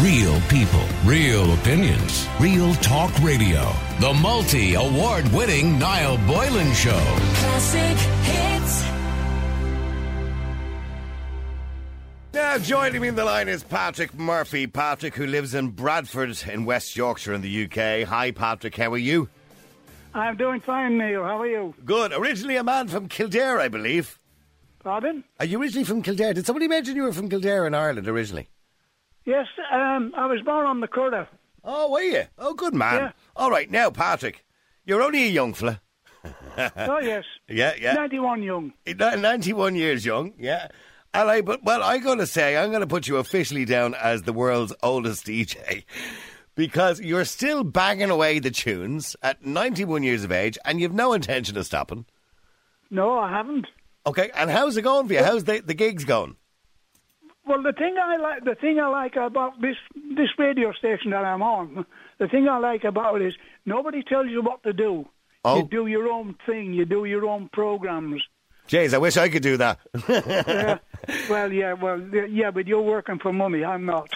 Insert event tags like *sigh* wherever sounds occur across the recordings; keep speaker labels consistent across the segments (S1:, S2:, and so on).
S1: Real people, real opinions, real talk radio. The multi award winning Niall Boylan Show.
S2: Classic hits.
S3: Now, joining me in the line is Patrick Murphy. Patrick, who lives in Bradford in West Yorkshire in the UK. Hi, Patrick, how are you?
S4: I'm doing fine, Neil. How are you?
S3: Good. Originally a man from Kildare, I believe.
S4: Pardon?
S3: Are you originally from Kildare? Did somebody mention you were from Kildare in Ireland originally?
S4: Yes, um, I was born on the Curragh.
S3: Oh, were you? Oh, good man.
S4: Yeah.
S3: All right, now, Patrick, you're only a young fella.
S4: oh, yes.
S3: Yeah, Uh, yeah.
S4: 91 young.
S3: Ni- 91 years young, yeah. And I, but, well, i got to say, I'm going to put you officially down as the world's oldest DJ because you're still banging away the tunes at 91 years of age and you've no intention of stopping.
S4: No, I haven't.
S3: Okay, and how's it going for you? How's the, the gigs going?
S4: Well, the thing I like, the thing I like about this this radio station that I'm on, the thing I like about it is nobody tells you what to do.
S3: Oh.
S4: You do your own thing. You do your own
S3: *laughs*
S4: programs.
S3: Jeez, I wish I could do that.
S4: well, yeah, well, yeah, but you're working for money.
S3: *laughs*
S4: I'm not.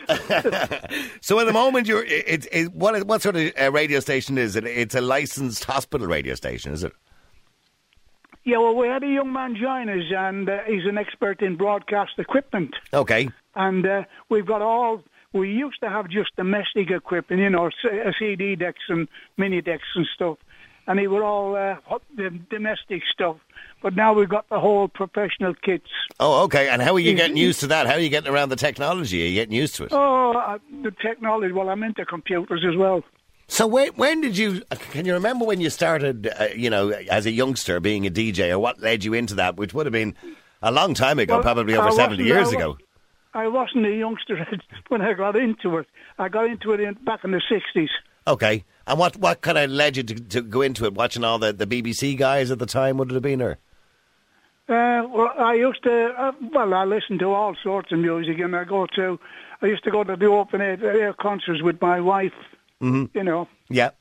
S3: so at the moment, you're it, it, what what sort of uh, radio station is it? It's a licensed hospital radio station, is it?
S4: yeah, well, we had a young man join us, and uh, he's an expert in broadcast equipment.
S3: Okay.
S4: and uh, we've got all. We used to have just domestic equipment, you know, s- uh, CD decks and mini decks and stuff, and they were all uh, hot- the domestic stuff. But now we've got the whole professional kits.
S3: Oh, okay. And how are you getting used to that? How are you getting around the technology? Are you getting used to it?
S4: Oh, uh, the technology! Well, I'm into computers as well.
S3: So when when did you? uh, Can you remember when you started? Uh, you know, as a youngster, being a DJ, or what led you into that? Which would have been a long time ago,
S4: Well,
S3: probably
S4: I
S3: over
S4: wasn't-
S3: seventy years
S4: I wa-
S3: ago.
S4: I wasn't a youngster *laughs* when I got into it. I got into it in, back in the '60s.
S3: Okay. And what what kind of led you to, to go into it? Watching all the, the BBC guys at the time, would it have been? Or
S4: Uh, well, I used to. Uh, well, I listened to all sorts of music, and I go to. I used to go to the open air, air concerts with my wife.
S3: Mm-hmm.
S4: You know,
S3: yeah.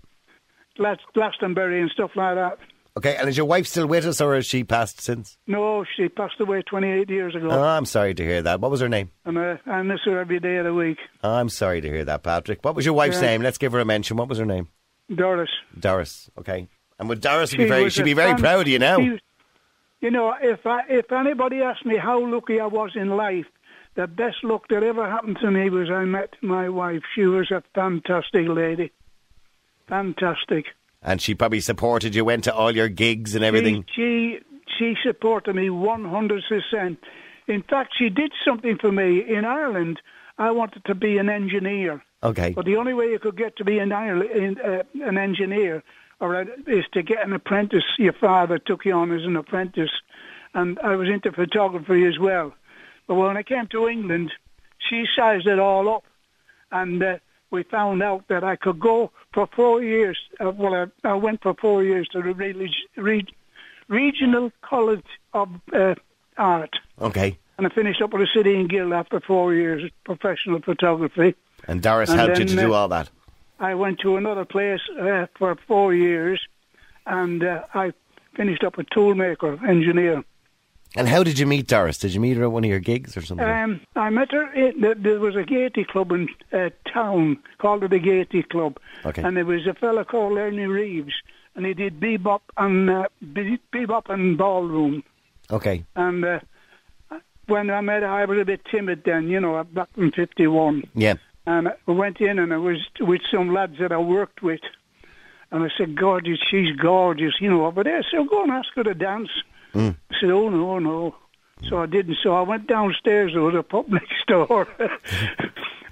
S4: Glas- Glastonbury and stuff like that.
S3: Okay. And is your wife still with us, or has she passed since?
S4: No, she passed away 28 years ago,
S3: Oh, I'm sorry to hear that. What was her name?
S4: and uh, I miss her every day of the week.
S3: I'm sorry to hear that, Patrick. What was your wife's
S4: Yeah.
S3: name? Let's give her a mention. What was her name?
S4: Doris.
S3: Doris. Okay. And would Doris
S4: She
S3: be very?
S4: was
S3: She'd
S4: a
S3: be very
S4: fan-
S3: proud of you now.
S4: she- you know, if I, if anybody asked me how lucky I was in life, the best luck that ever happened to me was I met my wife. She was a fantastic lady. Fantastic.
S3: And she probably supported you, went to all your gigs and
S4: Mm.
S3: everything.
S4: She, she she supported me 100%. In fact, she did something for me in Ireland. I wanted to be an engineer,
S3: Okay.
S4: but the only way you could get to be an Ireland, in, uh, an engineer or a, is to get an apprentice. Your father took you on as an apprentice, and I was into photography as well. But when I came to England, she sized it all up, and uh, we found out that I could go for four years. Uh, well, I, I went for four years to the relig- reg- regional college of uh, art,
S3: Okay.
S4: and I finished up with the city and guild after four years of professional photography.
S3: And Doris
S4: And
S3: helped you to
S4: then,
S3: do
S4: uh,
S3: all that.
S4: I went to another place uh, for four years, and uh, I finished up a toolmaker engineer.
S3: And how did you meet Doris? Did you meet her at one of your gigs or something?
S4: Um, I met her. In, there- there was a Gaiety club in uh, town called the Gaiety Club,
S3: Okay.
S4: and there was a fella called Ernie Reeves, and he did bebop and uh, be- bebop and ballroom.
S3: okay.
S4: And uh, when I met her, I was a bit timid then, you know, back in '51.
S3: Yeah.
S4: And I Um, went in and I was with some lads that I worked with. And I said, gorgeous, she's gorgeous, you know. But they said, go and ask her to dance. I said, oh, no, no. So I didn't. So I went downstairs. There was a pub *laughs* next door.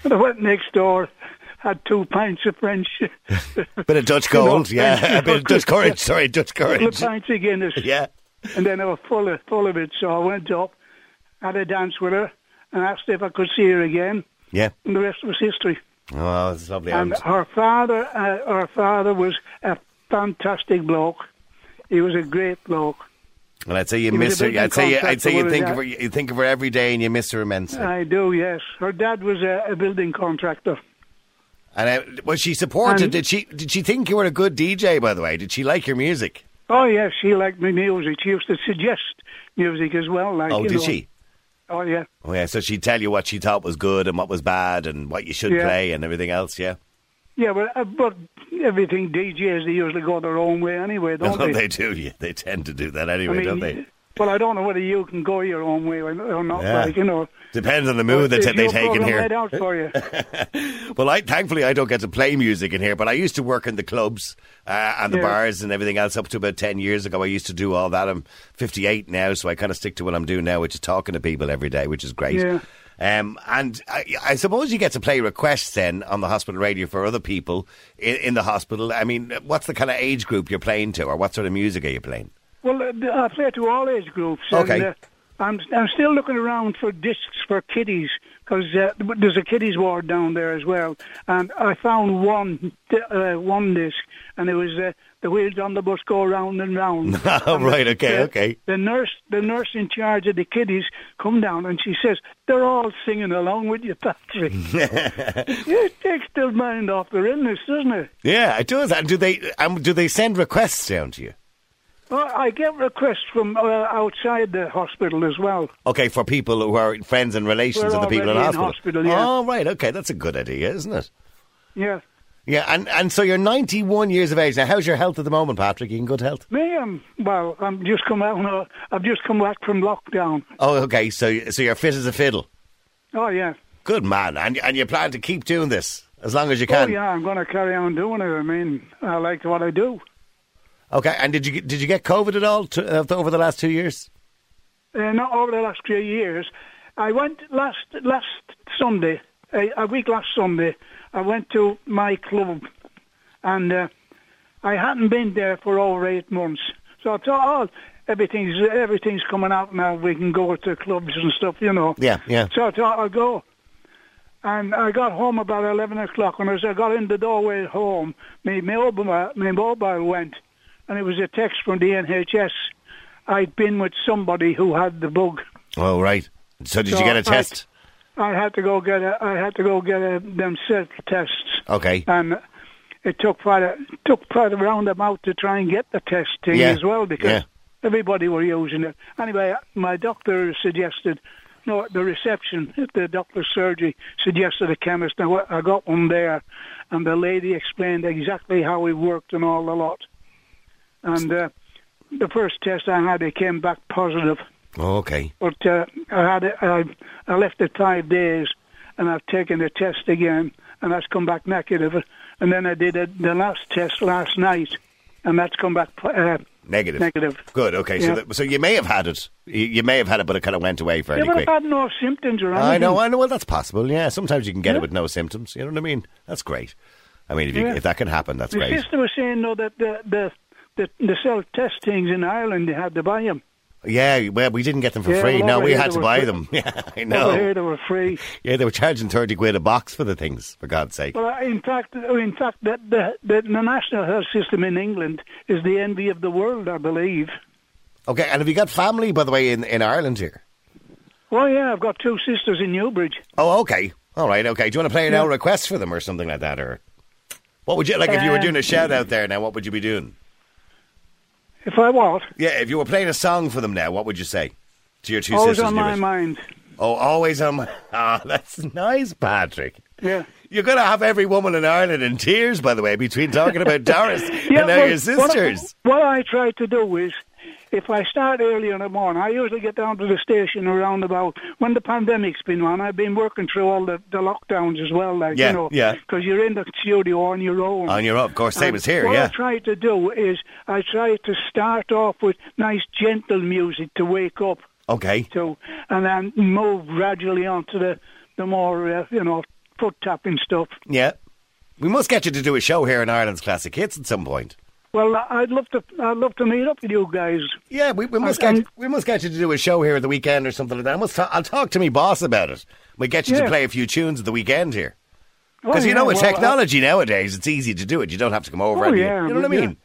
S4: and I went next door, had two pints of French, a
S3: Bit of
S4: *laughs*
S3: Dutch
S4: You know,
S3: gold. yeah. A bit of Dutch courage. Sorry, Dutch courage.
S4: pint of Guinness.
S3: Yeah.
S4: And then I was full of, full of it. So I went up, had a dance with her, and asked if I could see her again.
S3: Yeah.
S4: And the rest was history.
S3: Oh, it's lovely.
S4: And
S3: I'm-
S4: her father, uh, her father was a fantastic bloke. He was a great bloke.
S3: Well, I'd say you
S4: was
S3: miss
S4: a
S3: her.
S4: building
S3: I'd say you, I'd
S4: contractor,
S3: say you
S4: wasn't
S3: think
S4: he?
S3: of her. You think of her every day, and you miss her immensely.
S4: I do, yes. Her dad was a, a building contractor.
S3: and I, was she supportive?
S4: And-
S3: did she? Did she think you were a good DJ? By the way, did she like your music?
S4: Oh yes, she liked my music. She used to suggest music as well. Like
S3: Oh,
S4: you
S3: did
S4: know.
S3: she?
S4: Oh yeah,
S3: Oh, yeah. So she'd tell you what she thought was good and what was bad and what you should
S4: Yeah.
S3: play and everything else, yeah?
S4: yeah. But uh, but everything DJs they usually go their own way
S3: *laughs*
S4: anyway, don't
S3: No, they do. Yeah, they tend to do that anyway, don't they?
S4: Well, I don't know whether you can go your own way or or not.
S3: Yeah.
S4: Like you know,
S3: Depends on the mood that
S4: It's
S3: they they
S4: your
S3: take in
S4: program
S3: here.
S4: laid out
S3: *laughs*
S4: for you.
S3: Well, I thankfully I don't get to play music in here, but I used to work in the clubs uh, and the
S4: Yeah.
S3: bars and everything else up to about ten years ago. I used to do all that. I'm 58 now, so I kind of stick to what I'm doing now, which is talking to people every day, which is great.
S4: Yeah.
S3: Um, and I, I suppose you get to play requests then on the hospital radio for other people in, in the hospital. I mean, what's the kind of age group you're playing to, or what sort of music are you playing?
S4: Well, uh, I play to all age groups.
S3: Okay.
S4: And, uh, I'm I'm still looking around for discs for kiddies because uh, there's a kiddies ward down there as well, and I found one di- uh, one disc, and it was uh, the wheels on the bus go round and round.
S3: *laughs* Oh, right, okay,
S4: the,
S3: okay.
S4: The nurse, the nurse in charge of the kiddies, come down and she says, "They're all singing along with
S3: *laughs*
S4: you, Patrick." *laughs* it takes their mind off their illness, doesn't it?
S3: Yeah, it does. And do they um, do they send requests down to you?
S4: Well, I get requests from uh, outside the hospital as well.
S3: Okay, for people who are friends and relations
S4: We're
S3: of the people in
S4: already in
S3: hospital.
S4: hospital, yeah.
S3: Oh, right. Okay, that's a good idea, isn't it?
S4: Yeah.
S3: Yeah, and, and so you're 91 years of age now. How's your health at the moment, Patrick? You in good health?
S4: Me, I'm well. I'm just come out. uh, I've just come back from lockdown.
S3: Oh, okay. So so you're fit as a fiddle.
S4: Oh yeah,
S3: Good man. And and you plan to keep doing this as long as you
S4: oh
S3: can.
S4: yeah. I'm going to carry on doing it. I mean, I like what I do.
S3: Okay. And did you get- did you get COVID at all to, uh, over the last two years?
S4: Uh, not over the last few years. I went last last Sunday, a, a week last Sunday. I went to my club, and uh, I hadn't been there for over eight months. So I thought, oh, everything's everything's coming out now. We can go to clubs and stuff, you know.
S3: Yeah, yeah.
S4: So I thought I'll go. And I got home about 11 o'clock, and as I got in the doorway at home, my mobile, my mobile went, and it was a text from the NHS. I'd been with somebody who had the bug.
S3: Oh, right. So did
S4: So
S3: you get a
S4: I-
S3: test?
S4: I had to go get a, I had to go get a, them self tests,
S3: okay.
S4: and it took quite a took quite around them out to try and get the testing
S3: Yeah,
S4: as well because
S3: yeah.
S4: everybody were using it. Anyway, my doctor suggested, no, the reception, the doctor's surgery suggested a chemist. Now I got one there, and the lady explained exactly how it worked and all the lot. And uh, the first test I had, it came back positive
S3: Oh, okay.
S4: but uh, I had it, I, I left it five days, and I've taken the test again, and that's come back negative. And then I did a, the last test last night, and that's come back uh,
S3: Negative.
S4: negative.
S3: Good. Okay. So
S4: Yeah.
S3: that, so you may have had it. You, you may have had it, but it kind of went away fairly
S4: Yeah, but
S3: quick.
S4: I've had no symptoms or anything.
S3: I know, I know. Well, that's possible. Yeah, sometimes you can get it
S4: Yeah.
S3: with no symptoms. You know what I mean? That's great. I mean, if, you,
S4: Yeah.
S3: if that can happen, that's
S4: My
S3: great.
S4: sister was saying though that the the the, the self testings in Ireland they had to buy them.
S3: Yeah, well, we didn't get them for
S4: Yeah,
S3: free.
S4: well,
S3: No,
S4: over
S3: we
S4: here
S3: had
S4: they
S3: to
S4: were
S3: buy
S4: free.
S3: them. *laughs* Yeah, I
S4: Over
S3: know.
S4: here they were free.
S3: Yeah, they were charging thirty quid a box for the things. For God's sake.
S4: Well, I- in fact, oh, in fact, that the, the the national health system in England is the envy of the world, I believe.
S3: Okay, and have you got family, by the way, in, in Ireland here?
S4: Well, Oh, yeah, I've got two sisters in Newbridge.
S3: Oh, okay. All right. Okay. Do you want to play an hour request for them or something like that, or what would you like if you were
S4: Um,
S3: doing a shout out there now? What would you be doing?
S4: If I what?
S3: Yeah, if you were playing a song for them now, what would you say to your two
S4: Always
S3: sisters?
S4: on
S3: in
S4: my
S3: Newbridge?
S4: mind.
S3: Oh, always on my. *laughs* Ah, that's nice, Patrick.
S4: Yeah.
S3: You're going to have every woman in Ireland in tears, by the way, between talking about
S4: *laughs*
S3: Doris and now
S4: well,
S3: your sisters.
S4: What, what I try to do is, if I start early in the morning, I usually get down to the station around about when the pandemic's been on. I've been working through all the, the lockdowns as well, like
S3: Yeah,
S4: you know,
S3: yeah.
S4: because you're in the studio on your own.
S3: On your own, of course, same
S4: And
S3: as here,
S4: What
S3: yeah.
S4: I try to do is, I try to start off with nice, gentle music to wake up.
S3: Okay.
S4: So, and then move gradually on to the, the more, uh, you know, foot tapping stuff.
S3: Yeah. We must get you to do a show here in Ireland's Classic Hits at some point.
S4: Well, uh, I'd love to, I'd love to meet up with you guys.
S3: Yeah, we, we must
S4: Um,
S3: get we must get you to do a show here at the weekend or something like that. I must ta- I'll talk to me boss about it. We get you to
S4: Yeah.
S3: play a few tunes at the weekend here
S4: Oh,
S3: because you
S4: yeah,
S3: know with
S4: well, I-
S3: technology nowadays it's easy to do it. You don't have to come over.
S4: Oh,
S3: and you-
S4: yeah,
S3: you know what I
S4: yeah.
S3: mean.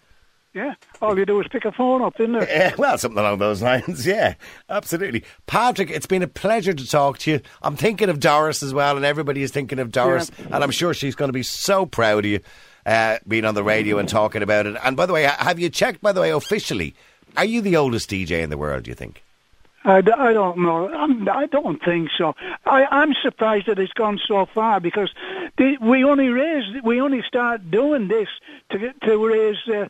S4: yeah, all you do is pick a phone up, isn't it?
S3: Eh, well, something along those lines. *laughs* Yeah, absolutely. Patrick, it's been a pleasure to talk to you. I'm thinking of Doris as well, and everybody is thinking of Doris, and I'm sure she's going to be so proud of you uh, being on the radio and talking about it. And by the way, ha- have you checked? By the way, officially, are you the oldest DJ in the world? Do you think?
S4: I, d- I don't know. I'm, I don't think so. I, I'm surprised that it's gone so far because the, we only raised, we only start doing this to get, to raise, uh,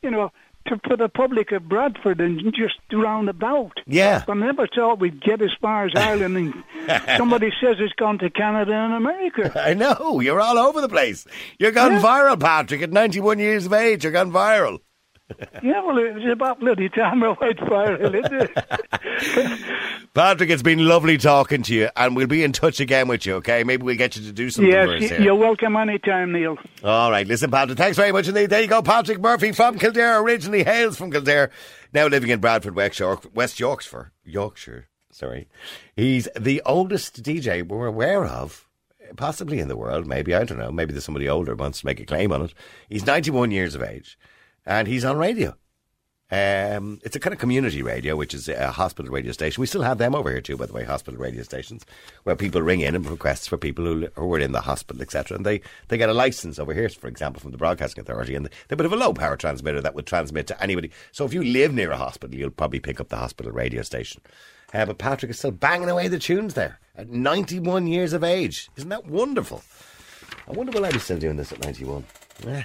S4: you know, to, for the public of Bradford and just round about.
S3: Yeah.
S4: I never thought we'd get as far as
S3: *laughs*
S4: Ireland, and somebody says it's gone to Canada
S3: *laughs*
S4: and America.
S3: I know. You're all over the place. You're gone
S4: Yeah.
S3: viral, Patrick. At 91 years of age, you're gone viral.
S4: yeah, well, it was about bloody time I went viral, isn't it?
S3: Patrick, it's been lovely talking to you, and we'll be in touch again with you, okay? Maybe we'll get you to do something
S4: yes,
S3: for us
S4: y-
S3: here.
S4: you're welcome anytime, Neil.
S3: All right, listen, Patrick, thanks very much indeed. There you go, Patrick Murphy from Kildare, originally hails from Kildare, now living in Bradford, West, York, West Yorkshire. Yorkshire, sorry. He's the oldest DJ we're aware of, possibly in the world, maybe, I don't know. Maybe there's somebody older who wants to make a claim on it. He's 91 years of age, and he's on radio. Um, it's a kind of community radio, which is a hospital radio station. We still have them over here too, by the way, hospital radio stations, where people ring in and requests for people who, who were in the hospital, etc. And they, they get a license over here, for example, from the Broadcasting Authority, and they're a bit of a low power transmitter that would transmit to anybody. So if you live near a hospital, you'll probably pick up the hospital radio station. Uh, but Patrick is still banging away the tunes there at 91 years of age. Isn't that wonderful? I wonder will I be still doing this at 91? Yeah.